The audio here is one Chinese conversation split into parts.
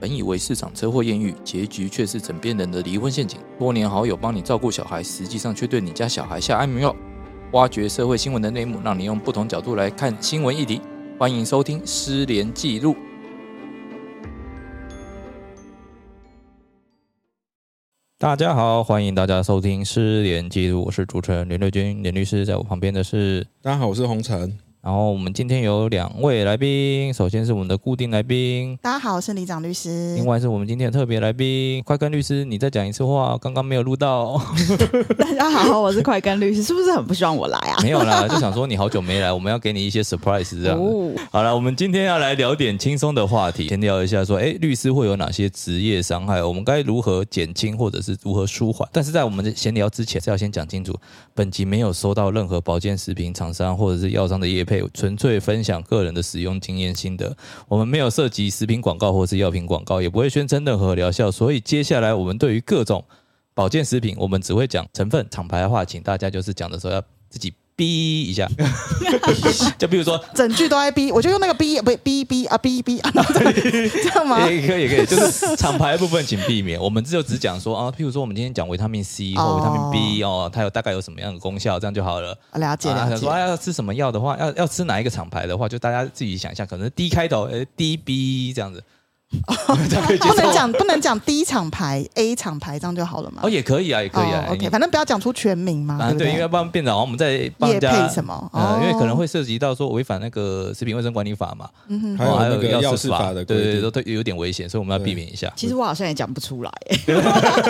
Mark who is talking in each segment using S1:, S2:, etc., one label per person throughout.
S1: 本以为市场车祸艳遇，结局却是枕边人的离婚陷阱。多年好友帮你照顾小孩，实际上却对你家小孩下安眠药。挖掘社会新闻的内幕，让你用不同角度来看新闻议题。欢迎收听《失联记录》。大家好，欢迎大家收听《失联记录》，我是主持人连瑞君，连律师，在我旁边的是。
S2: 大家好，我是红尘。
S1: 然后我们今天有两位来宾，首先是我们的固定来宾，
S3: 大家好，我是李长律师
S1: 另。外是我们今天的特别来宾，快跟律师，你再讲一次话，哦刚刚没有录到，
S3: 大家好，我是快跟律师，是不是很不希望我来啊？
S1: 没有啦，就想说你好久没来，我们要给你一些 surprise 这样。
S3: 哦，
S1: 好了，我们今天要来聊点轻松的话题，先聊一下说，哎，律师会有哪些职业伤害，我们该如何减轻或者是如何舒缓？但是在我们闲聊之前，是要先讲清楚，本集没有收到任何保健食品厂商或者是药商的业配，纯粹分享个人的使用经验心得，我们没有涉及食品广告或是药品广告，也不会宣称任何疗效，所以接下来我们对于各种保健食品，我们只会讲成分、厂牌的话，请大家就是讲的时候要自己。逼一下，就比如说
S3: 整句都在逼，我就用那个逼，不是逼逼啊逼逼啊，然 后这样这样吗？
S1: 也可以，也可以，就是厂牌的部分请避免。我们只有只讲说啊，譬如说我们今天讲维他命 C 或
S3: 哦
S1: 维他命 B 哦，它有大概有什么样的功效，这样就好了。
S3: 啊了解
S1: 啊
S3: 了
S1: 想说啊，
S3: 解，
S1: 要吃什么药的话，要要吃哪一个厂牌的话，就大家自己想一下，可能是 D 开头，呃，D B 这样子，这样可以接
S3: 不能
S1: 受吗。
S3: 讲不能讲 D 厂牌 A 厂牌这样就好了嘛
S1: 哦，？也可以啊，也可以啊。
S3: o
S1: 你
S3: k 反正不要讲出全名嘛，
S1: 啊，
S3: 对不
S1: 对，因为要不然变成好像我们在帮人
S3: 业
S1: 家
S3: 配什么？哦
S1: 呃，因为可能
S3: 会
S1: 会涉及到说违反那个食品卫生管理法嘛，
S3: 嗯
S2: 还
S3: 哼。
S2: 有
S1: 哦
S2: 那个
S1: 药
S2: 药
S1: 事
S2: 事法的规
S1: 对对对，
S2: 定
S1: 都有点危险，所以我们要避
S2: 对
S1: 免一下。
S4: 其实我好像也讲不出来，
S3: 欸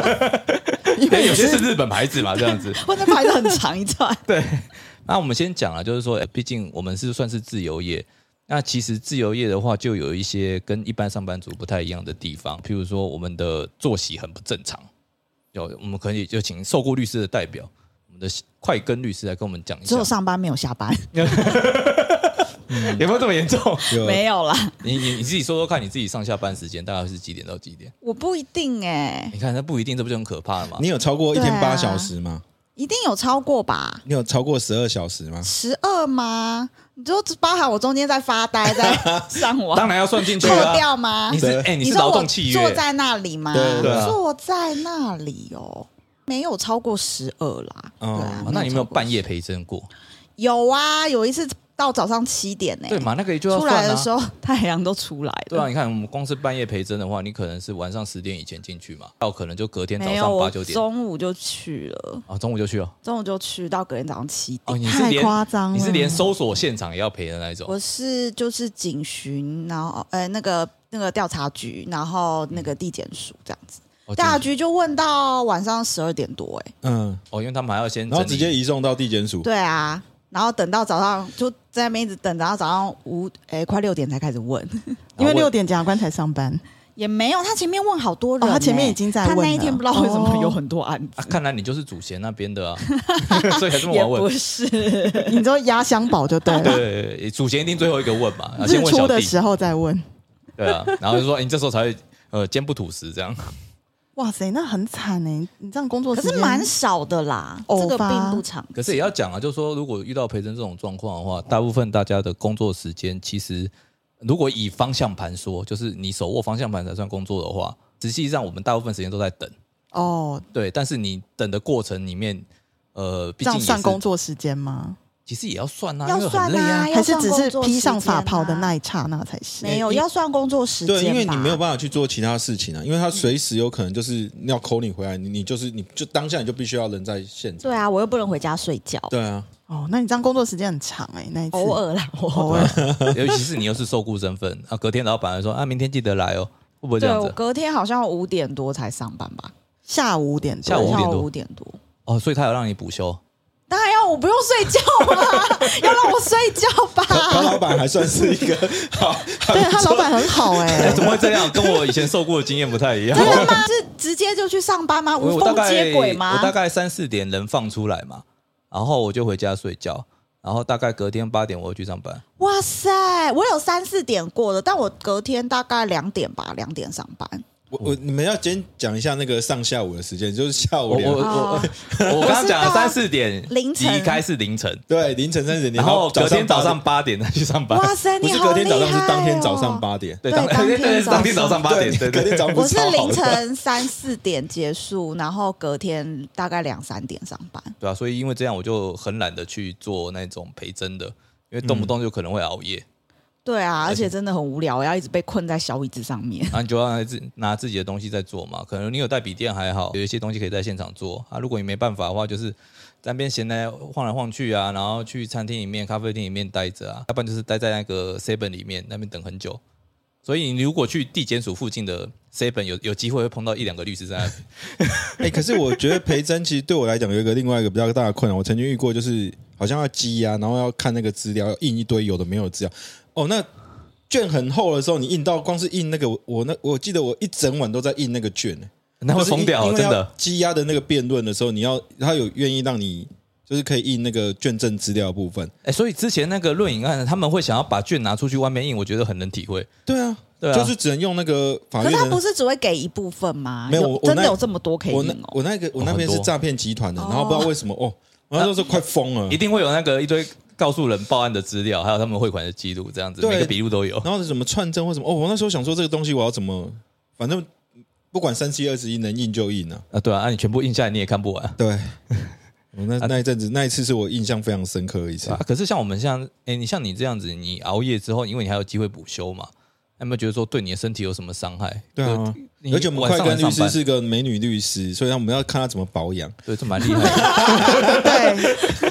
S1: 对，
S3: 因为
S1: 哎有
S3: 也
S1: 些是啊
S3: 是
S1: 日本牌子嘛，这样子。
S4: 我那排的很长一 段。
S1: 那我们先讲啊，就是说，呃毕竟我们是算是自由业。那其实自由业的话，就有一些跟一般上班族不太一样的地方，譬如说我们的作息很不正常。有，我们可以就请受雇律师的代表，我们的快跟律师来跟我们讲一
S4: 只
S1: 下
S4: 有，上班没有下班，
S1: 有没有这么严重？
S2: 有
S4: 没有啦，
S1: 你你你自己说说看，你自己上下班时间大概是几点到几点？
S4: 我不一定哎、
S1: 你看，那不一定，这不就很可怕了吗？
S2: 你有超过一天
S4: 对啊
S2: 八小时吗？
S4: 一定有超过吧？
S2: 你有超过十二小时吗？
S4: 十二吗？你就包含我中间在发呆，在上网
S1: 当然要算进去
S4: 扣
S1: 啊！
S4: 掉吗
S1: 你？是
S2: 对
S1: 哎、你
S4: 你
S1: 是
S4: 说
S1: 劳
S4: 我
S1: 动契约，
S4: 坐在那里吗？
S2: 对
S1: 对啊
S4: 坐在那里哦，没有超过十二啦。
S2: 哦
S4: 对啊
S1: 哦，那你有没有半夜
S4: 超过
S1: 陪侦过？
S4: 12有啊，有一次到早上七点呢、
S1: 对嘛，那个就要
S4: 出
S1: 算啊。
S4: 来的时候太阳都出来了。
S1: 对啊，你看我们光是半夜陪诊的话，你可能是晚上十点以前进去嘛，到可能就隔啊天早
S4: 没有，
S1: 上八
S4: 我
S1: 九点
S4: 中午就去了，
S1: 啊，中午就去了。
S4: 中午就去到隔天早上七点。
S1: 哦，你是
S3: 太
S1: 连
S3: 夸张了，
S1: 你是连搜索现场也要陪的那一种
S4: 我是就是警巡，然后呃那个那个调查局，然后那个地检署这样子。
S1: 哦，
S4: 调查
S1: 真的
S4: 局就问到晚上十二点多、哎，
S2: 嗯，
S1: 哦，因为他们还要先
S2: 然后
S1: 整理
S2: 直接移送到地
S1: 哦
S2: 检署。
S4: 对啊，然后等到早上就在那边一直等，然后早上五哎、快六点才开始问，
S3: 因为
S1: 啊
S3: 六点检察官才 上班，
S4: 也没有，他前面问好多人、
S3: 哦，他前面
S4: 哎
S3: 已经在
S4: 他
S3: 问了。
S4: 那一天不知道为什么有
S3: 哦，
S4: 很多案
S1: 啊
S4: 子，，
S1: 看来你就是主嫌那边的啊，所以才这么
S4: 也
S1: 晚问
S4: 不。是，
S3: 你知道压箱宝就对了，
S1: 对对，对主嫌一定最后一个问嘛，啊
S3: 日
S1: 先问
S3: 出
S1: 小
S3: 的
S1: 弟，
S3: 时候再问。
S1: 对啊，然后就说哎你这时候才会呃坚不吐实这样。
S3: 哇塞，那很惨哎！你这样工作
S4: 可
S3: 时间
S4: 是蛮少的啦，
S3: 偶
S4: 这个
S3: 发
S4: 并不常
S1: 可是也要讲啊，就是说，如果遇到培真这种状况的话，大部分大家的工作时间其实，如果以方向盘说，就是你手握方向盘才算工作的话，实际上我们大部分时间都在等。
S3: 哦，
S1: 对，但是你等的过程里面，呃，毕
S3: 这
S1: 竟也
S3: 样
S1: 是
S3: 算工，作时间吗？
S1: 其实也要算啊，
S4: 要
S1: 因为很
S4: 算
S1: 累啊
S4: 啊。要
S3: 还是只是
S4: 算工作
S3: 披
S4: 时
S3: 上法
S4: 间
S3: 袍的
S4: 啊
S3: 那一刹那才是？
S4: 没有要算工作时间吧，
S2: 对，因为你没有办法去做其他事情啊，因为他随时有可能就是要扣你回来，你你就是你就当下你就必须要人在现场。
S4: 对啊，我又不能回家睡觉，
S2: 对啊，
S3: 哦，那你这样工作时间很长哎，那一次
S4: 偶尔 啦，偶尔
S3: 偶尔
S1: 尤其是你又是受雇身份啊，隔天老板还说啊，明天记得来哦，会不会这
S4: 对
S1: 样
S4: 我
S1: 子？
S4: 隔天好像五点多才上班吧，
S3: 下午五点多
S1: 下午
S4: 对
S1: 5点多
S4: 五点多。
S1: 哦，所以他有让你补休，
S4: 当然要我不用睡觉啊，要让我睡觉
S2: 他他
S4: 吧。
S2: 老板还算是一个好，
S3: 对他老板很好 哎，
S1: 怎么会这样？跟我以前受雇的经验不太一样。
S4: 欸真的吗？是直接就去上班吗？
S1: 我
S4: 无
S1: 我大
S4: 缝
S1: 概
S4: 哦接轨
S1: 我大
S4: 吗？
S1: 概三四点能放出来嘛，然后我就回家睡觉，然后大概隔天八点我会去上班。
S4: 哇塞，我有三四点过的，但我隔天大概两点吧，两点上班。
S2: 我我你们要先讲一下那个上下午的时间，就是下午
S1: 我
S2: 两
S1: 我我
S4: 哦
S1: 我我刚刚讲了
S4: 我知道啊
S1: 三四点，
S4: 凌晨
S1: 一开是凌晨，
S2: 对凌晨三点，
S1: 然后隔天早上
S2: 八
S1: 八点再去上班。哎
S4: 哇塞，
S2: 不
S4: 你
S2: 是
S4: 好
S2: 隔天
S4: 厉害
S2: 早上，是当天
S4: 哦
S2: 早上。八点，
S1: 对，
S4: 对
S1: 当
S4: 当天
S1: 对
S4: 早上
S1: 当天哦早上八点，对
S2: 隔
S1: 对
S2: 天早上
S4: 我是
S2: 超好的
S4: 凌晨三四点结束，然后隔天大概两三点上班。
S1: 对啊，所以因为这样，我就很懒得去做那种陪针的，因为动不动就可能会熬夜，
S4: 对啊，而且真的很无聊，我要一直被困在小椅子上面。
S1: 啊然后你就要自拿自己的东西在做嘛。可能你有带笔电还好，有一些东西可以在现场做啊。如果你没办法的话，就是在那边闲来晃来晃去啊，然后去餐厅里面、咖啡厅里面待着啊，要不然就是待在那个 seven 里面那边等很久。所以你如果去地检署附近的 seven，有有机会会碰到一两个律师在那里。
S2: 哎、可是我觉得培真其实对我来讲有一个另外一个比较大的困扰，我曾经遇过，就是好像要积压，然后要看那个资料，要印一堆有的没有的资料。哦，那卷很厚的时候，你印到光是印那个，我我那我记得我一整晚都在印那个卷、欸，
S1: 那会疯掉，啊
S2: 就是
S1: 真
S2: 因因为要
S1: 的。
S2: 积压的那个辩论的时候，你要他有愿意让你就是可以印那个卷证资料的部分。
S1: 哎、所以之前那个论影案，他们会想要把卷拿出去外面印，我觉得很能体会。
S2: 对啊，
S1: 对啊
S2: 就是只能用那个法
S4: 可
S2: 律
S4: 是他
S2: 的
S4: 不。是只会给一部分吗？
S2: 没有我我
S4: 真的
S2: 那
S4: 有这么多可以
S2: 我
S4: 用
S2: 那
S4: 哦。
S2: 我那个我那边
S1: 哦很
S2: 是
S1: 多
S2: 诈骗集团的，然后不知道为什么哦，我那时候是快疯了
S1: 一。定会有那个一堆告诉人报案的资料，还有他们汇款的记录，这样子
S2: 对
S1: 每个笔录都有。
S2: 然后什么串证或什么，哦，我那时候想说这个东西我要怎么，反正不管三七二十一，能印就印啊。
S1: 啊，对啊，那、你全部印下来你也看不完。
S2: 对， 我那那一阵子那一次是我印象非常深刻的一次
S1: 啊，。可是像我们像，哎，你像你这样子，你熬夜之后，因为你还有机会补休嘛，那有没有觉得说对你的身体有什么伤害？
S2: 对啊
S1: 你
S2: 而且我们
S1: 晚
S2: 快跟
S1: 上
S2: 律
S1: 来上
S2: 师
S1: 班
S2: 是个美女律师，所以我们要看她怎么保养。
S1: 对，这蛮厉害 的。
S3: 对，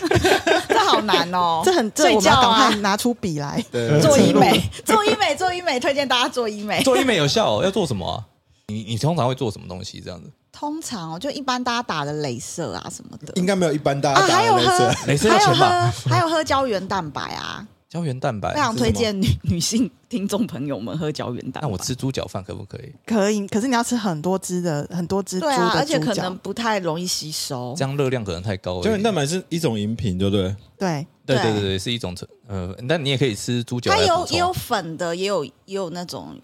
S4: 这好难哦
S3: ，这很这
S4: 睡
S3: 我们
S4: 觉
S3: 要赶
S4: 啊
S3: 快，拿出笔来。
S2: 对
S4: 做医美，做医美，做医美，推荐大家做医美。
S1: 做医美有效、哦，要做什么啊？你你通常会做什么东西？这样子，
S4: 通常哦，就一般大家打的镭射啊什么的，
S2: 应该没有一般大
S4: 啊
S2: 家
S4: 还
S2: 打
S4: 有
S2: 的
S4: 喝
S2: 那次，，
S1: 镭射要
S4: 还有
S1: 钱吧
S4: 喝，还有喝胶原蛋白啊，
S1: 胶原蛋白
S4: 非。常
S2: 是什么
S4: 推荐女女 性听众朋友们喝胶原蛋白。
S1: 那我吃猪脚饭可不可以？
S3: 可以，可是你要吃很多只的，很多只猪
S4: 对啊，而
S3: 的
S4: 且
S3: 猪
S4: 可能
S3: 脚。
S4: 不太容易吸收
S1: 这。样热量可能太高了。
S2: 胶原蛋白是一种饮品，对不对？
S3: 对，
S1: 对对
S4: 对
S1: 对对，是一种成呃，但你也可以吃猪脚来
S4: 它
S1: 补充。
S4: 有也有粉的，也有也有那种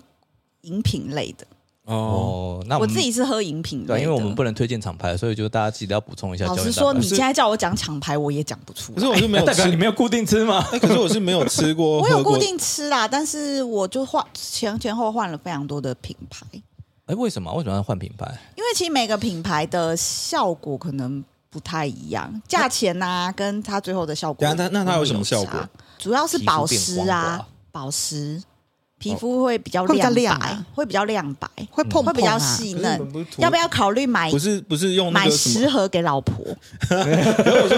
S4: 饮品类的。
S2: 哦，
S1: 哦，那
S4: 我
S1: 们
S4: 自己是喝饮品类的，
S1: 对，因为我们不能推荐厂牌，所以就大家记得要补充一下胶
S4: 老
S1: 原蛋
S4: 实
S1: 白。
S4: 说，你
S2: 是
S4: 现在叫我讲厂牌，我也讲不出
S2: 可是。
S4: 来
S2: 我是
S1: 那
S2: 没有
S1: 哎代表你
S2: 吃，
S1: 没有固定吃吗？
S2: 哎，可是我是没有吃过，
S4: 我有
S2: 喝过
S4: 固定吃啦，但是我就换前前后后换了非常多的品牌，
S1: 哎，为什么？为什么要换品牌？
S4: 因为其实每个品牌的效果可能不太一样，价钱啊，跟它最后的效果
S2: 等
S4: 差。
S2: 一下那那它有什么效果
S4: 主要是保
S1: 皮
S4: 湿
S1: 肤变光滑
S4: 啊，保湿，皮肤会比较
S3: 会比较
S4: 亮
S3: 亮
S4: 白
S3: 啊，
S4: 会比较亮白，
S3: 会碰碰
S4: 会比较
S3: 啊
S4: 细
S2: 可是你
S4: 嫩
S2: 们不是。涂
S4: 要不要考虑买
S2: 不是不是用那
S4: 买
S2: 个什么，
S4: 十盒给老婆？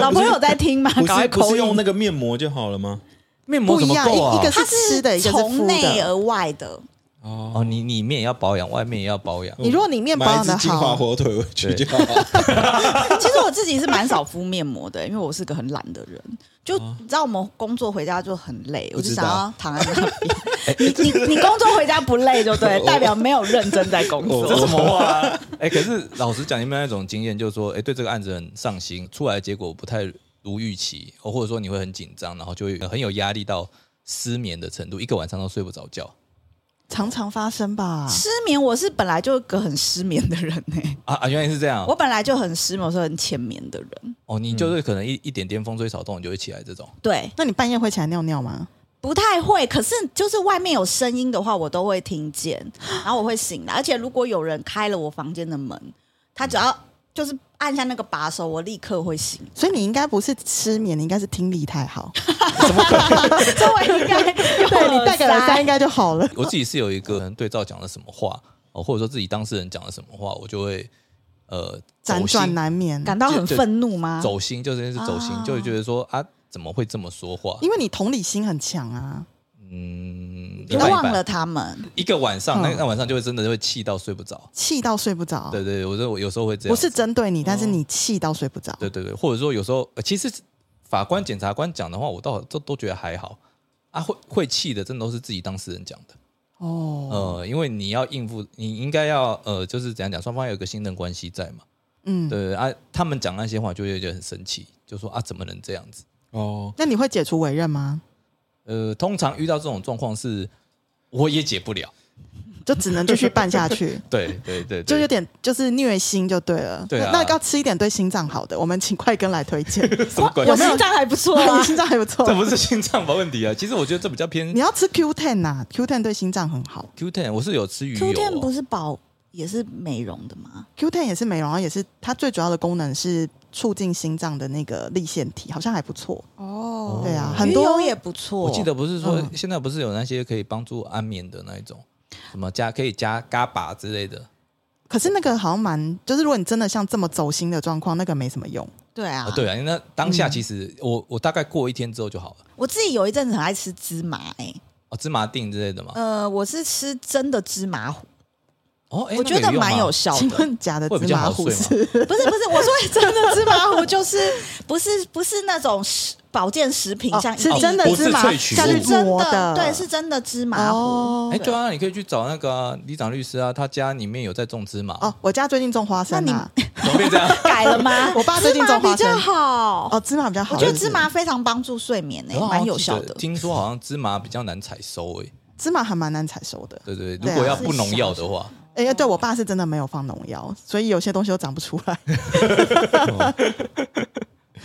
S4: 老婆有在听吗？
S2: 不
S4: 啊赶快
S2: 是不
S4: 口
S2: 是
S4: 音
S2: 用那个面膜就好了吗？
S1: 面膜
S3: 不
S1: 怎
S3: 一
S1: 么
S3: 样，
S1: 够
S3: 一一
S1: 啊
S3: 个？
S4: 它
S3: 是吃的，一个是敷
S4: 从内
S3: 的。
S4: 而外的，
S1: 哦，你里面也要保养，外面也要保养。
S3: 你如果里面保
S2: 买一
S3: 养
S2: 支
S3: 的
S2: 精华
S3: 好，
S2: 火腿回去就 好。
S4: 其实我自己是蛮少敷面膜的，因为我是个很懒的人。就
S2: 哦
S4: 你知道，我们工作回家就很累，我就想要躺在那边。 你你你工作回家不累就对，代表没有认真在工 作。
S1: 这什么话啊、哎、可是老实讲，有没有那种经验，就是说，哎、对这个案子很上心，出来的结果不太如预期，哦或者说你会很紧张，然后就会很有压力到失眠的程度，一个晚上都睡不着觉
S3: 常常发生吧。
S4: 失眠，我是本来就个很失眠的人呢、
S1: 啊啊！原来是这
S2: 哦
S1: 样
S4: 我本来就很失眠，我是很浅眠的人。
S1: 哦，你就是可能一一点点风吹草动，你就会起来这种。
S4: 对，
S3: 那你半夜会起来尿尿吗？
S4: 不太会，可是就是外面有声音的话，我都会听见，然后我会醒来。而且如果有人开了我房间的门，他只要就是按下那个把手，我立刻会醒。
S3: 所以你应该不是失眠，你应该是听力太好。
S4: 所以我应该有
S3: 对你戴个耳塞应
S4: 塞。
S3: 该就好了。
S1: 我自己是有一个可能对照讲了什么话，哦，或者说自己当事人讲了什么话，我就会呃
S3: 辗
S1: 走
S3: 转
S1: 心，
S3: 难眠，
S4: 感到很愤怒
S3: 啊
S4: 吗？
S1: 走心就真的是走心，
S4: 啊
S1: 就会觉得说啊，怎么会这么说话？
S3: 因为你同理心很强啊。
S1: 嗯，
S4: 你
S1: 一
S4: 都
S1: 半一
S4: 忘
S1: 半
S4: 了他们，
S1: 一个晚上，那
S3: 嗯
S1: 那晚上就会真的会气到睡不着。
S3: 气到睡不着。
S1: 对对对，我说我有时候会这样，
S3: 不是针对你，但是你气到睡不着。
S1: 对对对，或者说有时候呃其实法官、检察官讲的话，我倒都都觉得还好啊，会会气的，真的都是自己当事人讲的。
S3: 哦，
S1: 呃，因为你要应付，你应该要呃，就是怎样讲，双方有一个信任关系在嘛。
S3: 嗯，
S1: 对啊，他们讲那些话就会觉得很生气，就说啊，怎么能这样子？
S2: 哦，
S3: 那你会解除委任吗？
S1: 呃，通常遇到这种状况是，我也解不了，。
S3: 就只能继续办下去
S1: 对对对，对
S3: 就有点就是虐心就对了，
S1: 对啊
S3: 那那要吃一点对心脏好的，我们请快跟来 推荐，
S1: 什么鬼？
S4: 有心脏还不错啊
S3: 你。心脏还不错
S1: 这。不是心脏吧问题啊？其实我觉得这比较偏
S3: 你要吃 Q ten 呐，Q ten 对心脏很好
S1: Q ten，我是有吃鱼
S4: Q
S1: 油
S4: Ten 不
S1: 哦，
S4: 是保也是美容的吗？
S3: ，Q ten 也是美容，然后也是它最主要的功能是促进心脏的那个立腺体，好像还不错。
S4: 哦
S3: 对啊，
S4: 很
S3: 很
S4: 多
S3: 多
S4: 也不错。
S1: 我记得不是说
S3: 嗯
S1: 现在不是有那些可以帮助安眠的那一种，什么加可以加嘎巴之类的，
S3: 可是那个好像蛮，就是如果你真的像这么走心的状况，那个没什么用。
S4: 对啊
S1: 啊，，对啊，那当下其实我我大概过一天之后就好了。
S4: 我自己有一阵子很爱吃芝麻哎，
S1: 哦，芝麻锭之类的嘛。
S4: 呃，我是吃真的芝麻糊，
S1: 哦，诶
S4: 我觉得蛮有，效
S3: 请
S4: 的。
S3: 问假的
S1: 会
S3: 芝
S1: 比较
S3: 麻
S1: 好
S3: 糊
S1: 睡吗
S3: 是？
S4: 不是不是，我说真的芝麻糊就是不是不是那种食保健食 品，
S3: 哦
S4: 像
S3: 是
S4: 一粒
S3: 真的
S1: 不是
S3: 芝麻
S1: 萃取
S3: 下
S1: 物
S3: 去
S4: 是真
S3: 磨
S4: 的，
S3: 的，
S4: 对，是真的芝麻糊
S3: 哦。
S1: 那你有用吗诶对啊，你可以去找那个啊李长律师啊，他家里面有在种芝麻。
S3: 哦
S1: 哦，，
S3: 我家最近种花生啊，
S1: 怎么变这样？
S4: 改了吗？
S3: 我爸最近
S4: 芝麻
S3: 种花生
S4: 比较好，
S3: 哦，芝麻比较好。
S4: 我觉
S3: 是
S4: 得
S3: 不是
S4: 芝麻非常帮助睡眠诶、
S1: 我好像
S4: 哎蛮有效
S1: 记得。
S4: 的
S1: 听说好像芝麻比较难采收诶。
S3: 芝麻还蛮难采收的。
S1: 对对，
S3: 对啊
S1: 如果要不农药的话，
S3: 哎、对我爸是真的没有放农药，所以有些东西都长不出 来。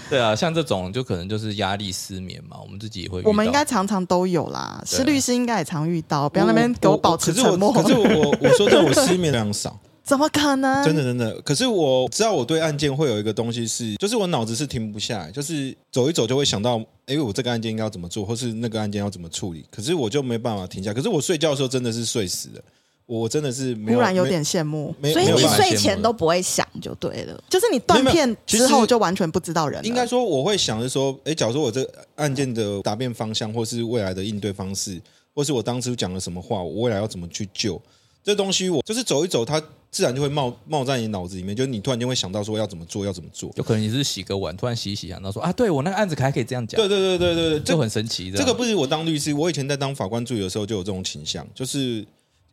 S1: 对啊，像这种就可能就是压力失眠嘛，我们自己也会遇到。
S3: 我们应该常常都有啦，
S1: 对啊
S3: 施律师应该也常遇到，不要那边给我保持
S2: 可是我
S3: 沉默。
S2: 可是我我说真的，我失眠非常少，
S3: 怎么可能？
S2: 真的真的。可是我知道我对案件会有一个东西是，就是我脑子是停不下来，就是走一走就会想到，哎、我这个案件应该要怎么做，或是那个案件要怎么处理。可是我就没办法停下。可是我睡觉的时候真的是睡死的，我真的是没有，
S3: 忽然有
S2: 没
S3: 点羡慕，
S2: 没
S4: 所以
S2: 没有
S4: 你
S2: 办法
S1: 羡
S4: 睡前
S1: 慕
S4: 都不会想就对了。
S3: 就是你断
S2: 没有没
S3: 片
S2: 有其实
S3: 之后就完全不知道人了。
S2: 应该说，我会想是说，诶，假如说我这个案件的答辩方向，或是未来的应对方式，或是我当初讲了什么话，我未来要怎么去救这东西，我就是走一走，它自然就会冒冒在你脑子里面，就是你突然间会想到说要怎么做，要怎么做。
S1: 有可能你是洗个碗，突然洗一洗，想到说啊，对我那个案子还可以这样讲，
S2: 对对对对对对，这
S1: 就很神奇。
S2: 这个不是我当律师，我以前在当法官助理的时候就有这种倾向，就是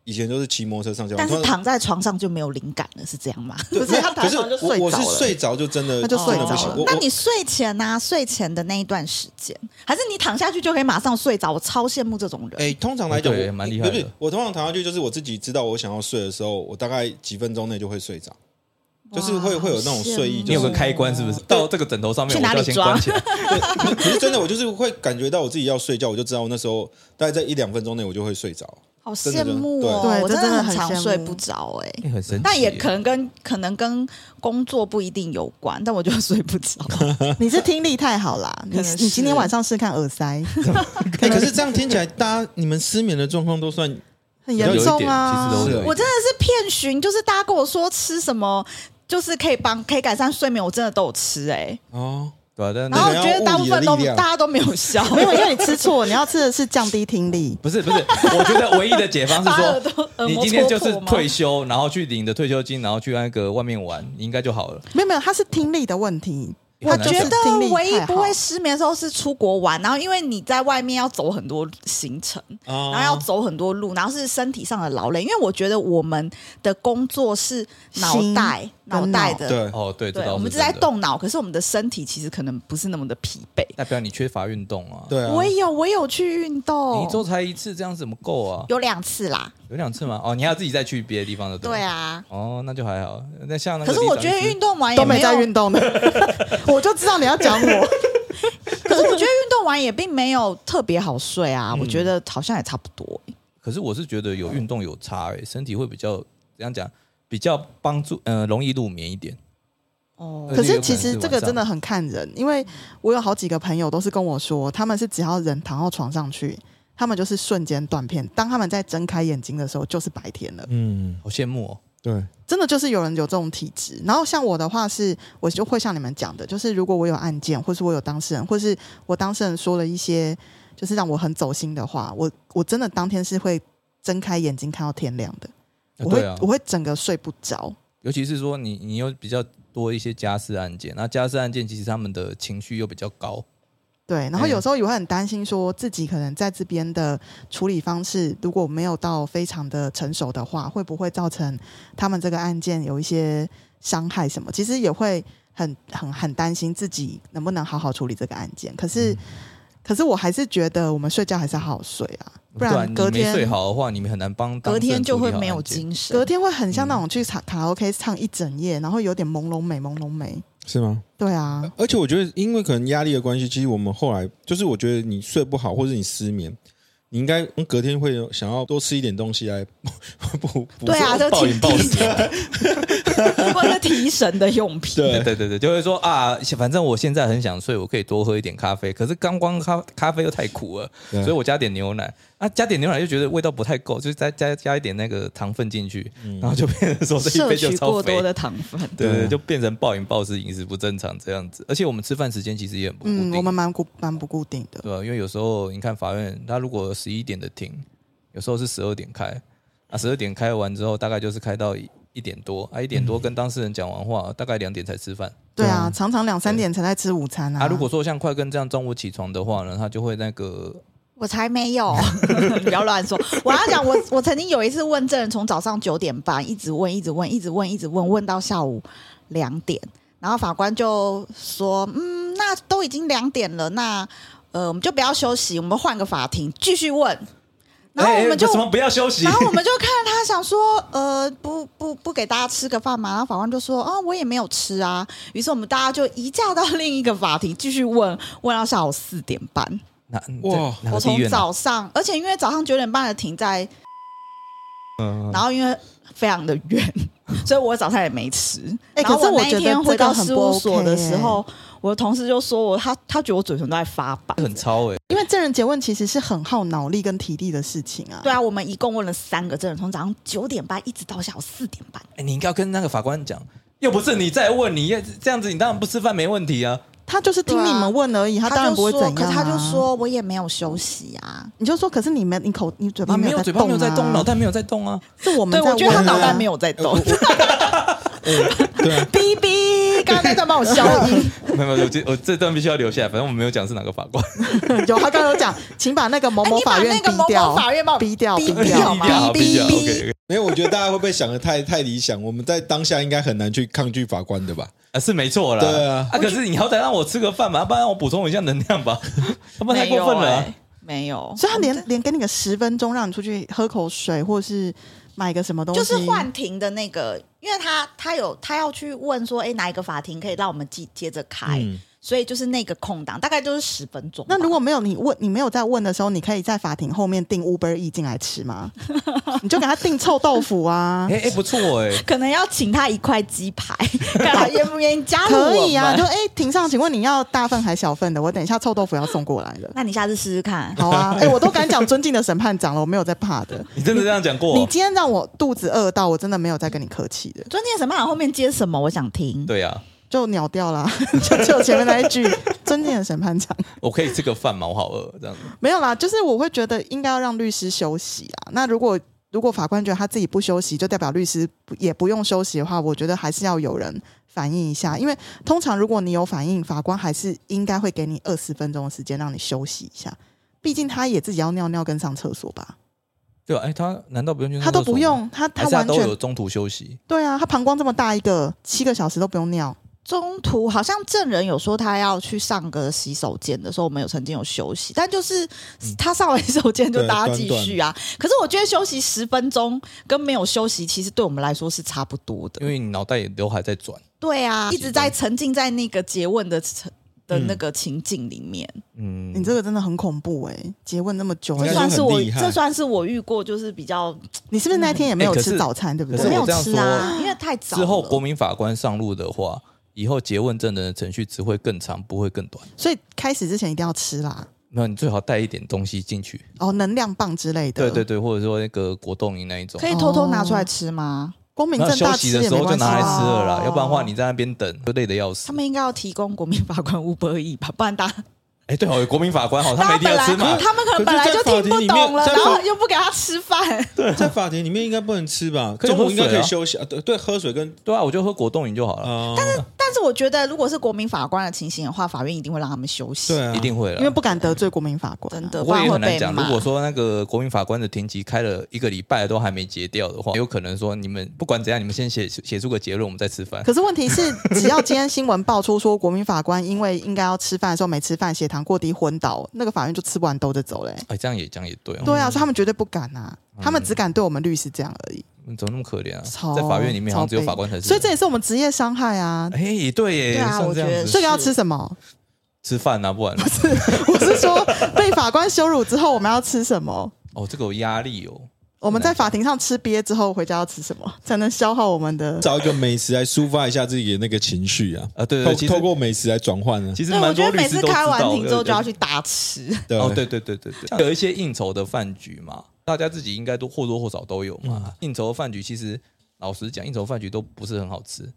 S2: 以前都是骑摩托车上交，
S4: 但
S2: 突
S4: 是
S2: 然
S4: 躺在床上就没有灵感了，是这样吗？
S2: 对
S3: 不是
S2: 没有
S3: 他躺
S2: 可是
S3: 上就睡
S2: 我我
S3: 着
S2: 是
S3: 了
S2: 睡着就真的
S3: 他就睡
S2: 真的不
S3: 着
S2: 行
S3: 了
S2: 我
S4: 那
S2: 我
S4: 你睡前呢、睡前的那一段时间，还是你躺下去就可以马上睡着？我超羡慕这种人。
S2: 哎、通常来讲，
S1: 哦对
S2: 我
S1: 蛮厉害的
S2: 不是，我通常躺下去就是我自己知道我想要睡的时候，我大概几分钟内就会睡 着，就是会
S4: 哇
S2: 会有那种睡意，
S4: 好羡慕
S1: 你有个
S2: 就是
S1: 开关是不是？到这个枕头上面，
S4: 去
S1: 我
S4: 哪
S1: 就
S4: 里
S1: 要先关起来。
S2: 可是真的，我就是会感觉到我自己要睡觉，我就知道我那时候大概在一两分钟内我就会睡着。
S4: 好羡慕
S3: 真
S4: 哦
S3: 的！
S4: 我
S3: 对
S4: 真
S3: 这真的
S4: 很
S3: 很羡
S4: 常
S3: 慕
S4: 睡不着哎、
S1: 欸很神奇耶，
S4: 但也可能跟可能跟工作不一定有关，但我就 睡不着。
S3: 你是听力太好啦，你
S4: 可能是
S3: 你今天晚上试看耳塞，
S2: 哎、可是这样听起来，大家你们失眠的状况都算
S3: 很
S1: 有
S3: 严
S1: 一
S3: 重
S1: 点
S3: 啊。
S1: 其实都有一点。
S4: 我真的是骗寻，就是大家跟我说吃什么。就是可以帮可以改善睡眠，我真的都有吃哎、
S2: 哦，
S1: 对啊，但
S4: 然
S1: 那
S4: 后
S1: 个
S4: 我觉得大部分
S2: 那个要物理的
S4: 都
S2: 力量
S4: 大家都没有效，
S3: 没有，因为你吃错，你要吃的是降低听力。
S1: 不是 不是，我觉得唯一的解方是
S4: 把耳朵
S1: 说，
S4: 耳膜
S1: 你今天就是
S4: 戳破吗
S1: 退休，然后去领的退休金，然后去那个外面玩，你应该就好了。
S3: 没有没有，它是听力的问题。
S1: 我
S3: 它就是
S1: 觉
S4: 觉得
S3: 听力
S4: 唯一
S3: 太好
S4: 不会失眠的时候是出国玩，然后因为你在外面要走很多行程，
S2: 哦
S4: 然后要走很多路，然后是身体上的劳累。因为我觉得我们的工作是脑袋
S3: 心
S4: 脑袋的，
S2: 对，
S1: 哦，对，这
S4: 对，
S1: 倒
S4: 我们
S1: 是
S4: 是在
S1: 真的，
S4: 动脑，可是我们的身体其实可能不是那么的疲惫。
S1: 代表你缺乏运动啊。，
S2: 对啊，
S4: 我也有，我有去运
S1: 你
S4: 动
S1: 一，周才一次，这样怎么够啊？
S4: 有两次啦，
S1: 有两次吗？哦，你还要自己再去别的地方的。
S4: 对。啊。
S1: 哦，那就还好。那像那个
S4: 可
S1: 李
S4: 是
S1: 长律师，
S4: 我觉得运动完也
S3: 都没在
S4: 有
S3: 运动的，我就知道你要讲 我。
S4: 可是我觉得运动完也并没有特别好睡啊，我觉得好像也差不多。
S1: 可是我是觉得有运动有差诶、身体会比较怎样讲，比较帮助，呃，容易入眠一点。
S4: 哦
S1: 对
S3: 可
S1: 这个
S3: 是
S1: 有
S3: 其
S1: 可能
S3: 实
S1: 是
S3: 这
S1: 晚
S3: 个
S1: 上
S3: 真的很看人，因为我有好几个朋友都是跟我说，他们是只要人躺到床上去，他们就是瞬间断片。当他们在睁开眼睛的时候，就是白天了。
S2: 嗯，
S1: 好羡慕哦。
S2: 对，
S3: 真的就是有人有这种体质。然后像我的话是，我就会像你们讲的，就是如果我有案件，或是我有当事人，或是我当事人说了一些就是让我很走心的话，我我真的当天是会睁开眼睛看到天亮的，
S1: 啊
S3: 我会、
S1: 对啊
S3: 我会整个睡不着。
S1: 尤其是说你你有比较多一些家事案件，那家事案件其实他们的情绪又比较高，
S3: 对，然后
S1: 嗯
S3: 有时候也会很担心，说自己可能在这边的处理方式如果没有到非常的成熟的话，会不会造成他们这个案件有一些伤害什么？其
S1: 嗯
S3: 实也会很很很担心自己能不能好好处理这个案件。可是可是我还是觉得我们睡觉还是要好好睡啊，不
S1: 不然
S3: 然
S1: 你
S3: 隔
S1: 没睡
S3: 天
S1: 好的话，你们很难帮当
S4: 隔天
S1: 政
S4: 就
S1: 处理
S4: 会
S1: 好
S4: 没有
S1: 案件
S4: 精神。
S3: 隔天会很
S1: 嗯
S3: 像那种去唱卡拉 OK 唱一整夜，然后有点朦胧美，朦胧美。
S2: 是吗？
S3: 对
S1: 呃
S3: 啊，
S2: 而且我觉得，因为可能压力的关系，其实我们后来就是，我觉得你睡不好或者你失眠，你应该嗯隔天会有想要多吃一点东西来补补。
S4: 对啊，就
S1: 暴
S4: 提
S1: 饮暴食
S4: 提， 或者提神的用品。
S2: 对
S1: 对对对对，就会说啊，反正我现在很想睡，我可以多喝一点咖啡。可是刚光咖咖啡又太苦了，
S2: 对
S1: 所以我加点牛奶。啊，加点牛奶就觉得味道不太够，就是再加加一点那个糖分进去，然后就变成说这一
S4: 摄
S1: 杯就
S4: 取
S1: 超
S4: 过
S1: 肥
S4: 多。的糖分，
S1: 对对
S2: 嗯对
S1: 对，
S2: 啊
S1: 就变成暴饮暴食、饮食不正常这样子。而且我们吃饭时间其实也很不固定，
S3: 嗯，我们蛮固蛮不固定的。
S1: 对吧、因为有时候你看法院，他如果十一点的庭，有时候是十二点开，啊，十二点开完之后大概就是开到一一点多，啊，一点
S2: 嗯
S1: 多跟当事人讲完话，大概两点才吃饭。
S3: 对
S2: 对
S3: 啊
S2: 啊，
S3: 常常两三点才在吃午餐啊。
S1: 啊，如果说像快跟这样中午起床的话呢，他就会那个
S4: 我才没有， 你不要乱说。我要讲，我我曾经有一次问证人，从早上九点半一直问，一直问，一直问，一直问，问到下午两点，然后法官就说：“嗯，那都已经两点了，那呃，我们就不要休息，我们换个法庭继续问。”然后我们就
S1: 哎哎为什么不要休息
S4: 然？后我们就看他想说，呃，不不不给大家吃个饭嘛。然后法官就说，啊，我也没有吃啊。于是我们大家就移驾到另一个法庭继续问，问到下午四点半。
S1: 哪
S2: 哇
S1: 哪个
S4: 我
S1: 地
S4: 从
S1: 院啊？
S4: 早上，而且因为早上九点半的停在，
S1: 嗯
S4: 然后因为非常的远， 所以我早上也没吃。
S3: 哎
S4: 然后
S3: 可是我
S4: 我那一
S3: 觉得
S4: 天
S3: 这个
S4: 回到
S3: 很
S4: 事
S3: 不
S4: 务所
S3: OK
S4: 的
S3: 耶
S4: 时候，我的同事就说我，他他觉得我嘴唇都在发白。
S1: 很超哎、
S3: 因为证人诘问其实是很耗脑力跟体力的事情啊。
S4: 对啊，我们一共问了三个证人，从早上九点半一直到下午四点半。
S1: 哎，你应该要跟那个法官讲，又不是你在问，你这样子你当然不吃饭没问题啊。
S3: 他就是听你们问而已，
S4: 他
S3: 当然不会
S4: 就
S3: 怎
S4: 说
S3: 样、啊。
S4: 可是他就，说我也没有休息啊。
S3: 你就说，可是你没，你口，你嘴巴
S1: 你没有
S3: 在
S1: 嘴
S3: 动、啊，
S1: 巴没有在动，脑，袋没有在动啊。
S3: 是我们
S4: 对，
S3: 在、啊。
S4: 我觉得他脑袋没。有在 动。
S2: 对啊，
S4: B B，刚刚那段帮我消 音。
S1: 没有，没有我这我这段必须要留下来，反正我没有讲是哪个法官。
S3: 有，他刚刚有讲，请把那个某
S4: 哎
S3: 某
S4: 你把
S3: 法院
S4: 那个
S3: 逼
S4: 某
S3: 掉，
S4: 某法院帮我
S3: 逼掉，
S4: 逼
S3: 逼
S4: 掉
S3: 掉，
S4: 嘛
S1: 好
S4: 逼
S1: 低调
S4: 逼
S1: ，OK，
S2: 没有，我觉得大家会不会想的太太理想？我们在当下应该很难去抗拒法官的吧？
S1: 啊是没错啦。
S2: 对啊
S1: 可是你好歹让我吃个饭吧，要不然我补充一下能量吧，要不然太过分了啊、
S4: 没有欸，没有
S3: 所以他连连给你个十分钟，让你出去喝口水，或是买个什么东西，
S4: 就是幻庭的那个，因为他他有他要去问说，哎，哪一个法庭可以让我们接接着开？
S2: 嗯
S4: 所以就是那个空档，大概就是十分钟吧。
S3: 那如果没有你问，你没有在问的时候，你可以在法庭后面订 Uber E 进来吃 吗？你就给他订臭豆腐啊
S1: 哎、，哎、不错哎、
S4: 可能要请他一块鸡排， 看他愿不愿意加入我
S3: 可以啊。
S4: 们
S3: 就哎、庭上，请问你要大份还小份的？我等一下臭豆腐要送过来 了。
S4: 那你下次试试看。
S3: 好啊，哎、我都敢讲尊敬的审判长了，我没有在怕的。
S1: 你真的这样讲过、
S3: 你今天让我肚子饿到，我真的没有在跟你客气的，
S4: 尊敬审判长后面接什么？我想听。
S1: 对啊，
S3: 就鸟掉啦， 就只有前面那一句尊敬的审判长。
S1: 我可以吃个饭吗？我好饿，这样子。
S3: 没有啦，就是我会觉得应该要让律师休息啦。那如果如果法官觉得他自己不休息，就代表律师不也不用休息的话，我觉得还是要有人反映一下，因为通常如果你有反映，法官还是应该会给你二十分钟的时间让你休息一下。毕竟他也自己要尿尿跟上厕所吧，
S1: 对啊，哎、他难道不用去？
S3: 他都不，用，他
S1: 还是他
S3: 完
S1: 都有
S3: 全
S1: 中途休息？
S3: 对啊，他膀胱这么大一个，七个小时都不用尿，
S4: 中途好像证人有说他要去上个洗手间的时候，我们有曾经有休息，但就是他上完洗手间就
S2: 对
S4: 大家继续啊。可是我觉得休息十分钟跟没有休息，其实对我们来说是差不多
S1: 因
S4: 的。
S1: 为你脑袋也刘海在转。
S4: 对啊，一直在沉浸在那个诘问的的那个情境里面，
S1: 嗯，
S3: 你这个真的很恐怖哎、结婚那么久，
S2: 应
S4: 这
S2: 该
S4: 算是我
S2: 很厉害
S4: 这算是我遇过就是比较
S3: 你是不是那天也没有
S1: 哎可是
S3: 吃早餐，对不
S1: 可
S3: 对
S1: 是
S4: 没？
S1: 我
S4: 有
S1: 这样
S4: 吃啊，
S1: 说
S4: 因为太早了。
S1: 之后国民法官上路的话，以后结问证人的程序只会更长，不会更短。
S3: 所以开始之前一定要吃啦，
S1: 没有，你最好带一点东西进去。
S3: 哦，能量棒之类的。
S1: 对对对，或者说那个果冻饮那一种
S4: 可。以偷偷拿出来吃吗？
S3: 光明
S1: 然后
S3: 正
S1: 休
S3: 大
S1: 息
S3: 吃
S1: 的
S3: 也
S1: 时
S3: 没
S1: 候就
S3: 关系
S1: 拿来
S3: 啊。
S1: 吃了啦，
S4: 哦
S1: 要不然的话你在那边等就累得要死
S4: 他。们应该要提供国民法官乌波义吧，不然大家
S1: 哎，对哦，有国民法官哦，他
S4: 大
S1: 们
S4: 家
S1: 一定
S4: 本
S1: 要吃嘛。
S4: 来他们可能本来就听不懂了，
S2: 可是在法庭里面在
S4: 然
S2: 法
S4: 后又不给他吃饭。
S2: 在法庭里面应该不能吃吧？
S1: 啊可以
S2: 中
S1: 喝
S2: 午应
S1: 水啊
S2: 该可以休息啊。对对，喝水跟
S1: 对啊，我就喝果冻饮就好了。
S2: 啊，但是
S4: 但是我觉得，如果是国民法官的情形的话，法院一定会让他们休息。
S2: 对啊，
S1: 一定会了，
S3: 嗯因为不敢得罪国民法官啊、
S4: 真的
S1: 不过也很
S4: 不然
S1: 难
S4: 会被
S1: 讲。如
S4: 骂
S1: 果说那个国民法官的庭级开了一个礼拜都还没结掉的话，有可能说你们不管怎样，你们先写写出个结论，我们再吃饭。
S3: 可是问题是，只要今天新闻爆出说国民法官因为应该要吃饭的时候没吃饭，血糖过低昏倒，那个法院就吃不完兜着走嘞、
S1: 哎，这样也这样也对哦，
S3: 对啊，所以他们绝对不敢啊，他们只敢对我们律师这样而已，
S1: 嗯怎么那么可怜啊？
S3: 超
S1: 在法院里面好像只有法官才是，
S3: 所以这也是我们职业伤害啊。
S1: 嗯哎，也对耶，
S4: 对啊
S1: 像这
S4: 我觉
S1: 样
S4: 得
S1: 子
S3: 这个要吃什么？
S1: 吃饭啊， 不然
S3: 我是说，被法官羞辱之后，我们要吃什么？
S1: 哦，这个有压力哦。
S3: 我们在法庭上吃瘪之后，回家要吃什么才能消耗我们的？
S2: 找一个美食来抒发一下自己的那个情绪啊，
S1: 啊对对对
S2: 透
S1: 其实
S2: 透过美食来转换啊呢，
S1: 其实
S4: 对，我
S1: 蛮
S4: 觉
S1: 多律
S4: 得每
S1: 师
S4: 次
S1: 都知
S4: 开
S1: 道呃
S4: 完庭之后就要
S1: 对
S4: 去打吃，
S2: 对
S1: 哦，对对对对对，像有一些应酬的饭局嘛，大家自己应该都或多或少都有嘛。应酬的饭局其实老实讲，应酬饭局都不是很好吃，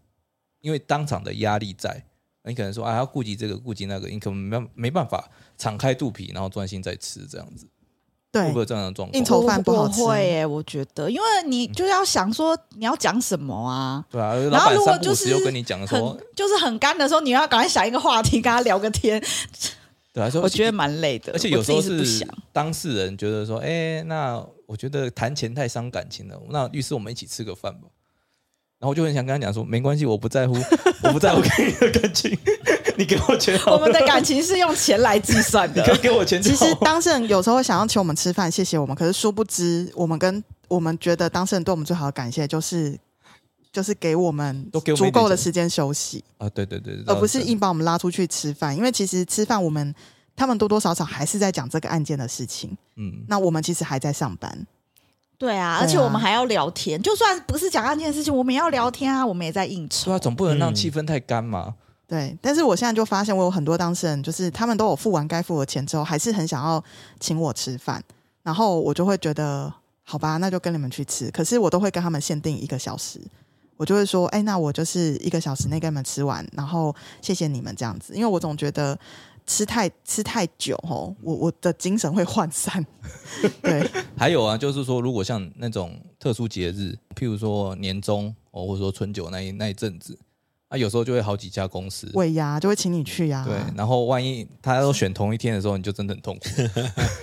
S1: 因为当场的压力在，你可能说啊要顾及这个顾及那个，你可能没办没办法敞开肚皮，然后专心在吃这样子，会
S3: 对
S1: 不会，有这样的状 况？
S3: 应酬饭不好
S4: 我
S3: 吃
S4: 我会耶，我觉得，因为你
S1: 嗯
S4: 就要想说你要讲什么啊。
S1: 对啊，老
S4: 然后
S1: 板
S4: 如果
S1: 三不
S4: 就
S1: 五
S4: 是
S1: 时又跟你讲
S4: 很
S1: 说，
S4: 就是很干的时候，你要赶快想一个话题跟他聊 个天，
S1: 对啊，说
S4: 我觉得蛮累的。
S1: 而且有时候
S4: 我自己是
S1: 是
S4: 不想，
S1: 当事人觉得说，哎、那我觉得谈钱太伤感情了，那律师我们一起吃个饭吧。然后我就很想跟他讲说，没关系，我不在 乎，我不在乎跟你的感情，你给我钱好
S4: 我
S1: 了，
S4: 们的
S2: 哦
S4: 感情是用钱来计 算
S1: 你可以
S4: 的。
S1: 给我钱就
S3: 其
S1: 好
S3: 实当事人有时候会想要请我们吃饭，谢谢我们，可是殊不知，我们跟我们觉得当事人对我们最好的感谢就是，就是给我们
S1: 都给我们一
S3: 足
S1: 点
S3: 够的
S1: 钱
S3: 时间休息，
S1: 啊，对对对，对
S3: 而
S4: 哦
S3: 不是
S1: 真的
S3: 硬把我们拉出去吃饭。因为其实吃饭，我们他们多多少少还是在讲这个案件的事情，
S1: 嗯，
S3: 那我们其实还在上班。
S4: 对啊，
S3: 对啊
S4: 而且我们还要聊天，就算不是讲案件的事情，我们也要聊天啊，我们也在应
S1: 对
S4: 酬
S1: 啊，。总不能让气氛太干嘛。
S3: 对，但是我现在就发现，我有很多当事人，就是他们都有付完该付的钱之后，还是很想要请我吃饭，然后我就会觉得，好吧，那就跟你们去吃。可是我都会跟他们限定一个小时，我就会说，哎、那我就是一个小时内跟你们吃完，然后谢谢你们这样子，因为我总觉得吃太吃太久哦，我我的精神会 涣散。对，
S1: 还有啊，就是说，如果像那种特殊节日，譬如说年终哦，或者说春酒那一那一阵子，啊，有时候就会好几家公司
S3: 尾牙就会请你去
S4: 啊
S3: 呀、
S1: 对，然后万一他都选同一天的时候，你就真的很痛苦。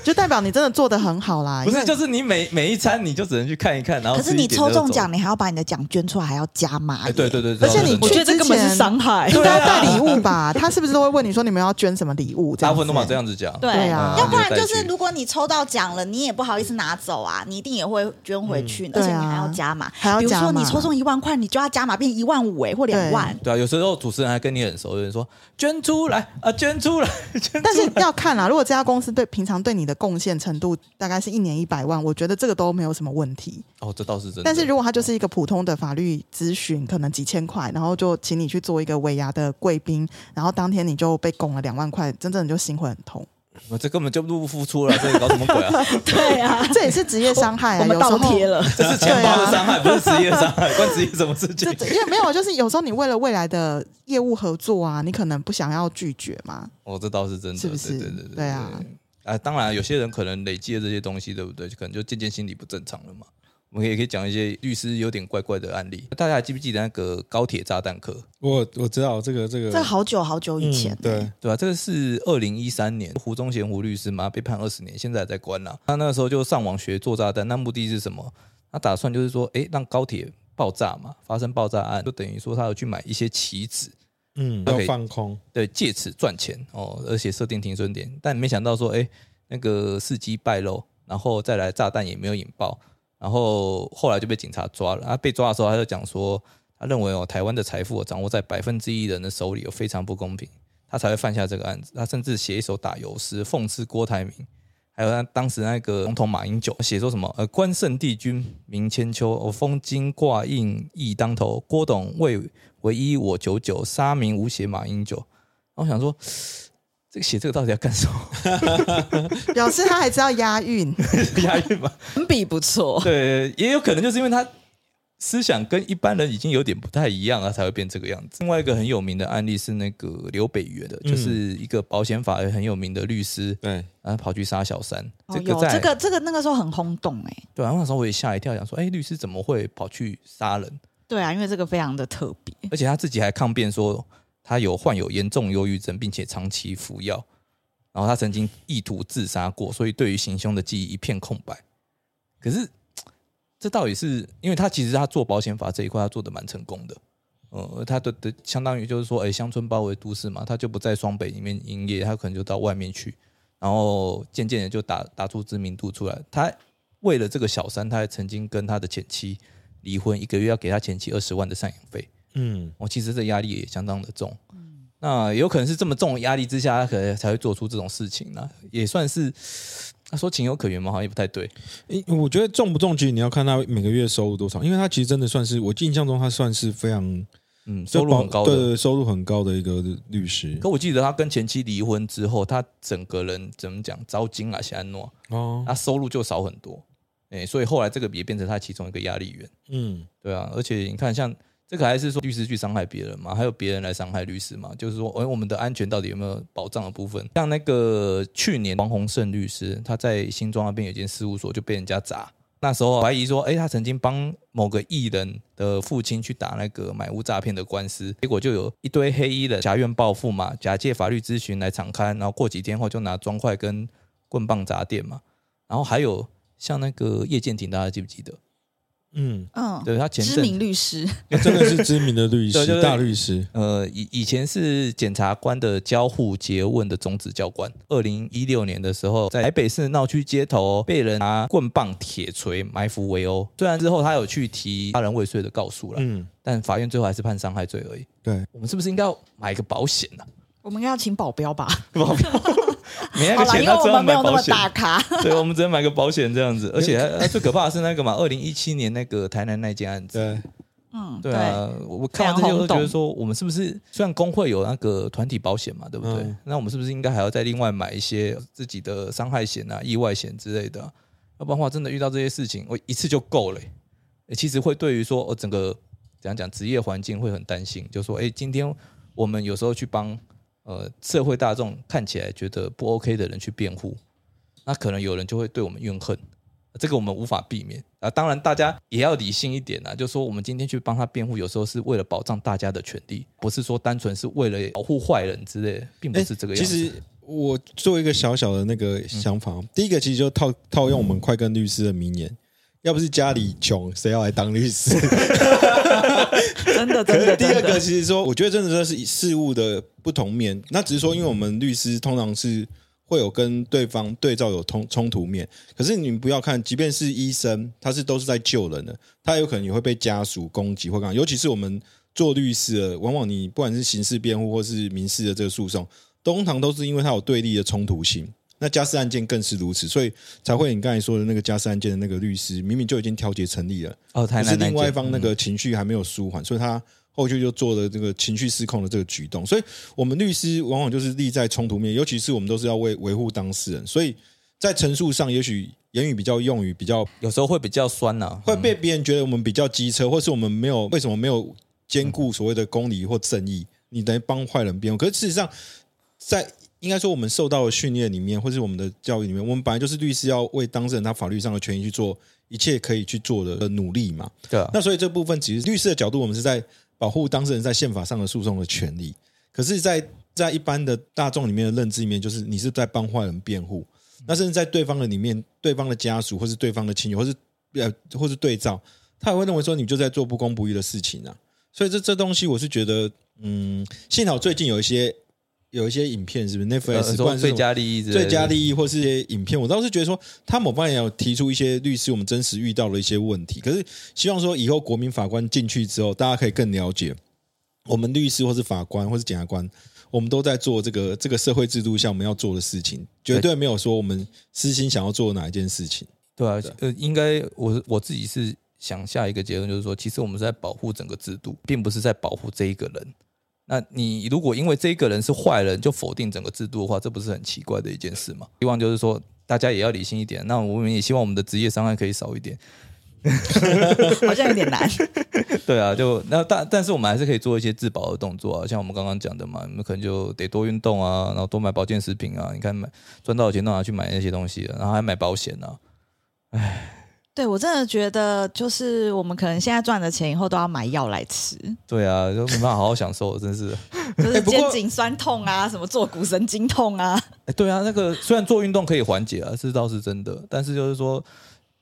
S3: 就代表你真的做的很好啦。
S1: 不
S3: 因
S1: 是，
S3: 为
S1: 就是你每每一餐你就只能去看一看，然后
S4: 哎可是你
S1: 吃一点就
S4: 抽
S1: 走
S4: 中奖，，你还要把你的奖捐出来，还要加码
S1: 哎，
S4: 耶。
S1: 对对对，
S3: 而且你
S1: 对啊
S4: 我
S1: 对对
S4: 觉得这根本是伤害。
S3: 应该要带礼物吧？他是不是都会问你说你们要捐什么礼物？这
S1: 大
S3: 样
S1: 部分都嘛
S3: 子
S1: 这样子讲，
S4: 对
S3: 对啊
S1: 嗯
S4: 要不然
S1: 带
S4: 就是，
S1: 去
S4: 如果你抽到奖了，你也不好意思拿走啊，你一定也会捐回去，而
S3: 对
S4: 且你
S3: 啊
S4: 还要加码。
S3: 还要
S4: 比如
S3: 加
S4: 说
S3: 码
S4: 你抽中一万块，你就要加码变一万五哎，或两万。
S1: 对啊，有时候主持人还跟你很熟，有人说捐出来啊，捐出来，捐
S3: 但
S1: 出
S3: 是要看啦，如果这家公司对平常对你的贡献程度大概是一年一百万，我觉得这个都没有什么问题。
S1: 哦，这倒是真的。
S3: 但是如果它就是一个普通的法律咨询，可能几千块，然后就请你去做一个尾牙的贵宾，然后当天你就被拱了两万块，真正你就心会很痛。
S1: 果哦这根本就入不敷出了，这搞什么鬼啊？
S4: 对啊，
S3: 这也是职业伤害啊，
S4: 我们
S3: 有时
S4: 倒
S3: 候
S4: 贴了。
S1: 这是钱包的伤害，不是职业伤害，关职业什么事情
S3: 啊这？这因为没有，就是有时候你为了未来的业务合作啊，你可能不想要拒绝嘛。
S1: 哦，这倒是真的，
S3: 是不是
S1: 对对对对
S3: 对啊。
S1: 啊，当然，有些人可能累积了这些东西，对不对？可能就渐渐心理不正常了嘛。我们也可以讲一些律师有点怪怪的案例。大家还记不记得那个高铁炸弹客？
S2: 我我知道这个这个
S4: 这好久好久以前、欸
S2: 嗯对，
S1: 对啊，这个是二零一三年胡宗宪胡律师嘛，被判二十年，现在还在关了、他那个时候就上网学做炸弹，那目的是什么？他打算就是说，诶，让高铁爆炸嘛，发生爆炸案，就等于说他有去买一些棋子，
S2: 嗯，
S1: OK
S2: 要放空，
S1: 对，借此赚钱哦，而且设定停损点，但没想到说，哎，那个事机败露，然后再来炸弹也没有引爆，然后后来就被警察抓了。啊，被抓的时候他就讲说，他认为哦，台湾的财富掌握在百分之一人的手里，有哦非常不公平，他才会犯下这个案子。他甚至写一首打油诗讽刺郭台铭。还有他当时那个总统马英九写说什么？呃，关圣帝君名千秋，我封金挂印义当头。郭董为唯一我九九，杀名无血马英九。然后我想说，这个写这个到底要干什 么？
S3: 表示他还知道押韵，
S1: 押韵 吗？
S4: 文笔不错。
S1: 对，也有可能就是因为他思想跟一般人已经有点不太一样了，才会变这个样子。另外一个很有名的案例是那个刘北元的，就是一个保险法很有名的律师，
S2: 对，
S1: 然后跑去杀小三。
S4: 哦，
S1: 个
S4: 有
S1: 在
S4: 这个这个那个时候很轰动哎、
S1: 对啊，那时候我也吓一跳，想说，哎，律师怎么会跑去杀人？
S4: 对啊，因为这个非常的特别。
S1: 而且他自己还抗辩说，他有患有严重忧郁症，并且长期服药，然后他曾经意图自杀过，所以对于行凶的记忆一片空白。可是这到底是因为他其实他做保险法这一块他做的蛮成功的，呃，他的的相当于就是说，哎，乡村包围都市嘛，他就不在双北里面营业，他可能就到外面去，然后渐渐的就打打出知名度出来。他为了这个小三，他还曾经跟他的前妻离婚，一个月要给他前妻二十万的赡养费。
S2: 嗯，
S1: 哦，其实这压力也相当的重。那有可能是这么重的压力之下，他可能才会做出这种事情呢、也算是他说情有可原嘛，好像也不太对。
S2: 诶我觉得重不重，其实你要看他每个月收入多少，因为他其实真的算是我印象中他算是非常
S1: 嗯，收入很高
S2: 对
S1: 的。哦
S2: 对收入很高的一个律师
S1: 可我记得他跟前妻离婚之后，他整个人怎么讲，糟金啊，谢安诺，
S2: 哦，
S1: 他收入就少很多。哎、所以后来这个也变成他其中一个压力源。
S2: 嗯，
S1: 对啊，而且你看，像这个还是说律师去伤害别人嘛，还有别人来伤害律师嘛，就是说，哎、我们的安全到底有没有保障的部分？像那个去年王洪胜律师，他在新庄那边有一间事务所就被人家砸，那时候怀疑说，哎、他曾经帮某个艺人的父亲去打那个买屋诈骗的官司，结果就有一堆黑衣人挟怨报复嘛，假借法律咨询来敞开，然后过几天后就拿砖块跟棍棒砸店嘛，然后还有像那个叶剑庭，大家记不记得？
S2: 嗯，
S4: 嗯，
S1: 对他前阵
S4: 知名律师，
S2: 那真的是知名的律
S1: 对就
S2: 师，
S1: 是
S2: 大律师，
S1: 呃，以以前是检察官的交互诘问的种子教官。二零一六年的时候，在台北市闹区街头哦被人拿棍棒、铁锤埋伏围殴，虽然之后他有去提他人未遂的告诉了，
S2: 嗯，
S1: 但法院最后还是判伤害罪而已。
S2: 对，
S1: 我们是不是应该要买个保险啊 呢、
S4: 我们应该要请保镖 吧？
S1: 没 那个
S4: 好啦，
S1: 钱，
S4: 因为
S1: 他
S4: 我
S1: 只好
S4: 们没
S1: 买
S4: 有那
S1: 保
S4: 么
S1: 险。
S4: 大咖，
S1: 对，我们只能买个保险这样子。而且还还最可怕的是那个嘛，二零一七年那个台南那件案子，
S2: 对，
S4: 嗯，
S1: 对啊，我我看完这些我都觉得说，我们是不是虽然工会有那个团体保险嘛，对不对？
S2: 嗯
S1: 那我们是不是应该还要再另外买一些自己的伤害险啊、意外险之类的啊、要不然的话，真的遇到这些事情，我一次就够了欸、欸其实会对于说，我、整个怎样讲职业环境会很担心，就说，哎、今天我们有时候去帮呃社会大众看起来觉得不 OK 的人去辩护，那可能有人就会对我们怨恨，这个我们无法避免啊。当然，大家也要理性一点啊，就说我们今天去帮他辩护，有时候是为了保障大家的权利，不是说单纯是为了保护坏人之类的，并不
S2: 哎
S1: 是这个样
S2: 其
S1: 子。
S2: 实我做一个小小的那个想法，
S1: 嗯
S2: 第一个其实就套套用我们快跟律师的名言。要不是家里穷，谁要来当律师？
S4: 真的
S2: 可
S4: 真
S2: 是
S4: 的
S2: 第二
S4: 真
S2: 个，
S4: 的，
S2: 其实说，我觉得真的真的是以事物的不同面。那只是说，因为我们律师通常是会有跟对方对照有冲冲突面。可是你不要看，即便是医生，他是都是在救人的，他有可能也会被家属攻击或干嘛。尤其是我们做律师的，往往你不管是刑事辩护或是民事的这个诉讼，通常都是因为它有对立的冲突性。那家事案件更是如此，所以才会你刚才说的那个家事案件的那个律师，明明就已经调解成立了，
S1: 哦，台
S2: 可是
S1: 南那
S2: 另外一
S1: 件
S2: 方那个情绪还没有舒缓，所以他后续就做了这个情绪失控的这个举动。所以我们律师往往就是立在冲突面，尤其是我们都是要为维护当事人，所以在陈述上，也许言语比较用语比较
S1: 有时候会比较酸呐、嗯
S2: 会被别人觉得我们比较机车，或是我们没有为什么没有兼顾所谓的公理或正义，你等于帮坏人辩护。可是事实上，在应该说我们受到的训练里面，或是我们的教育里面，我们本来就是律师要为当事人他法律上的权益去做一切可以去做的呃努力嘛。
S1: 对啊，
S2: 那所以这部分其实律师的角度，我们是在保护当事人在宪法上的诉讼的权利。可是在，在一般的大众里面的认知里面，就是你是在帮坏人辩护，那甚至在对方的里面，对方的家属或是对方的亲友，或是呃或是对照，他也会认为说你就在做不公不义的事情啊。所以这这东西，我是觉得，嗯，幸好最近有一些有一些影片，是不是
S1: 呃
S2: Netflix 不
S1: 说
S2: 管是
S1: 最
S2: 什么
S1: 佳利益之类的，
S2: 最佳利益或是一些影片，我倒是觉得说，他某方面有提出一些律师我们真实遇到的一些问题。可是希望说以后国民法官进去之后，大家可以更了解我们律师或是法官或是检察官，我们都在做这个这个社会制度下我们要做的事情，绝对没有说我们私心想要做哪一件事情。
S1: 对啊，呃，应该我我自己是想下一个结论，就是说，其实我们是在保护整个制度，并不是在保护这一个人。那你如果因为这一个人是坏人就否定整个制度的话，这不是很奇怪的一件事吗？希望就是说大家也要理性一点。那我们也希望我们的职业伤害可以少一点。
S4: 好像有点难。
S1: 对啊，就那但但是我们还是可以做一些自保的动作啊，像我们刚刚讲的嘛，你们可能就得多运动啊，然后多买保健食品啊。你看买赚到的钱都拿去买那些东西了，然后还买保险啊。
S4: 对我真的觉得，就是我们可能现在赚的钱，以后都要买药来吃，
S1: 对啊，就没办法好好享受，真是。
S4: 就
S2: 哎
S4: 是
S2: 不过
S4: 肩颈酸痛啊，什么坐骨神经痛啊，
S1: 哎，对啊，那个虽然做运动可以缓解啊，这倒是真的，但是就是说，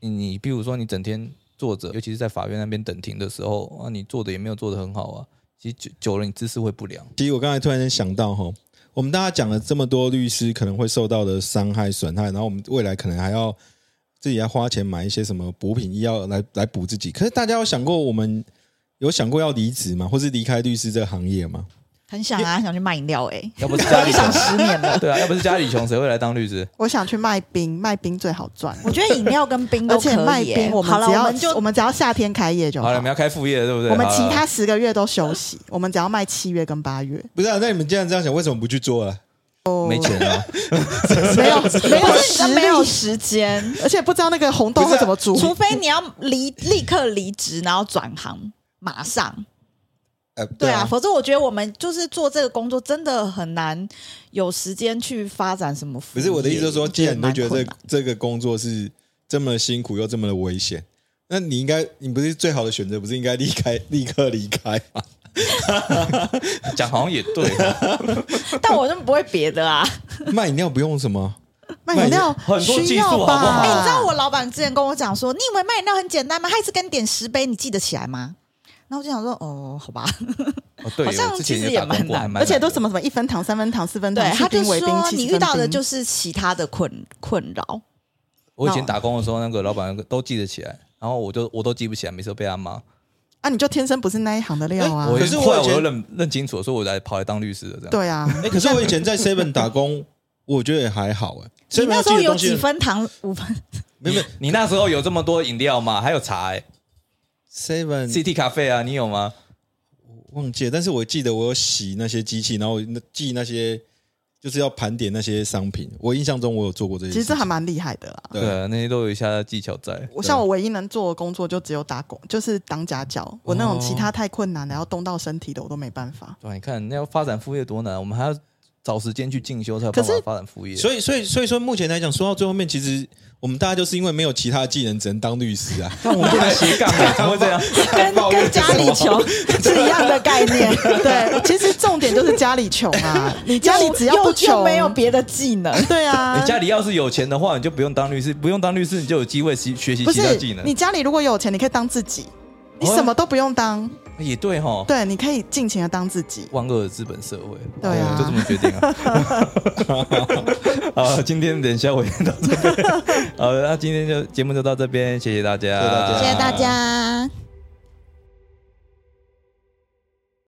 S1: 你你比如说你整天坐着，尤其是在法院那边等庭的时候啊，你坐的也没有坐的很好啊，其实久久了你姿势会不良。
S2: 其实我刚才突然间想到哈，我们大家讲了这么多律师可能会受到的伤害损害，然后我们未来可能还要自己要花钱买一些什么补品医药来来补自己。可是大家有想过我们有想过要离职吗？或是离开律师这个行业吗？
S4: 很想啊，想去卖饮料哎、
S1: 要不是家里
S4: 想
S1: 穷，
S4: 十年了。
S1: 对啊，要不是家里穷，谁会来当律师？
S3: 我想去卖冰，卖冰最好赚。
S4: 我觉得饮料跟冰都
S3: 而
S4: 可以、
S3: 且
S4: 欸，
S3: 卖冰，我们
S4: 好了，
S3: 只
S4: 我
S3: 要
S4: 们就
S3: 只要夏天开业就
S1: 好
S3: 好
S1: 了，你们要开副业了对不对？
S3: 我们其
S1: 好了
S3: 他十个月都休息，我们只要卖七月跟八月。
S2: 不是、啊，那你们既然这样想，为什么不去做啊？
S3: 哦
S1: 没钱啊，
S3: 没有没有
S4: 不是你
S3: 实
S4: 真
S3: 力
S4: 没有时间，
S3: 而且不知道那个红豆
S2: 不是
S3: 会
S2: 啊
S3: 怎么煮。
S4: 除非你要离立刻离职，然后转行，马上。
S2: 呃，
S4: 对啊，否则我觉得我们就是做这个工作真的很难有时间去发展什么副
S2: 不
S4: 业。
S2: 是我的意思，就是说，
S4: 我
S2: 既然你都觉
S4: 蛮困
S2: 得
S4: 难
S2: 这这个工作是这么辛苦又这么的危险，那你应该，你不是最好的选择，不是应该离开，立刻离开吗？
S1: 讲好像也对啊，
S4: 但我就不会别的啊。
S2: 卖饮料不用什么，
S3: 卖饮料
S1: 很多技术
S3: 需要吧？
S1: 好不好
S4: 哎、你知道我老板之前跟我讲说，你以为卖饮料很简单吗？他一次跟你点十杯，你记得起来吗？然后我就想说，哦，好 吧，
S1: 哦对，
S4: 好像
S1: 我之前
S4: 其实
S1: 也打
S4: 也蛮
S1: 工过，
S4: 难
S1: 还蛮
S3: 而且都
S1: 难的
S3: 什么什么一分糖、三分糖、四分
S4: 对
S3: 糖，，
S4: 他
S3: 士
S4: 就
S3: 兵、
S4: 说
S3: 维冰、七
S4: 你遇到的就是其他的困困扰，
S1: 我以前打工的时候，那个老板都记得起来，然后我就我都记不起来，每次都被他骂。
S3: 啊，你就天生不是那一行的料啊
S1: 我。
S2: 可是我以前
S1: 后来我又认认清楚了，所以我来跑来当律师的这样。
S3: 对啊，
S2: 哎、可是我以前在 Seven 打工， 我觉得也还好哎、欸。
S4: 你
S2: 7-Eleven
S4: 那时候
S2: 要寄的
S4: 有
S2: 东西
S4: 几？分糖？五 分？
S2: 没有没有
S1: 你那时候有这么多饮料吗？还有茶、欸、
S2: ，Seven
S1: ，CT 咖啡啊，你有吗？
S2: 忘记了，但是我记得我有洗那些机器，然后那记那些就是要盘点那些商品。我印象中我有做过这些
S3: 其
S2: 事
S3: 实这
S2: 情。
S3: 还蛮厉害的啦。
S1: 对
S2: 对
S1: 啊，那些都有一下技巧在。
S3: 我像我唯一能做的工作就只有打工，就是当家教。我那种
S1: 哦
S3: 其他太困难了，要动到身体的，我都没办法。
S1: 对啊，你看那要发展副业多难，我们还要找时间去进修才有办
S3: 可
S1: 法
S3: 是
S1: 发展副业。
S2: 所以，所以，所以说，目前来讲，说到最后面，其实我们大家就是因为没有其他技能，只能当律师啊。
S1: 但我们不能斜杠 欸，怎么会这样？
S4: 跟跟家里穷是一样的概念。
S3: 对，其实重点就是家里穷啊，你家里只要
S4: 又
S3: 不
S4: 又
S3: 穷，
S4: 又没有别的技能，
S3: 对啊，
S1: 你家里要是有钱的话，你就不用当律师，不用当律师，你就有机会习学习
S3: 不
S1: 其他
S3: 是
S1: 技能
S3: 你。家里如果有钱，你可以当自己，你
S1: 哦
S3: 什么都不用当，
S1: 哎也对哈，
S3: 对，你可以尽情的当自己。
S1: 万恶的资本社会。
S3: 对啊
S1: 就这么决定啊。 好，今天等一下我也到这边。好，那今天就节目就到这边，谢谢大家，
S2: 谢谢大家
S4: 家。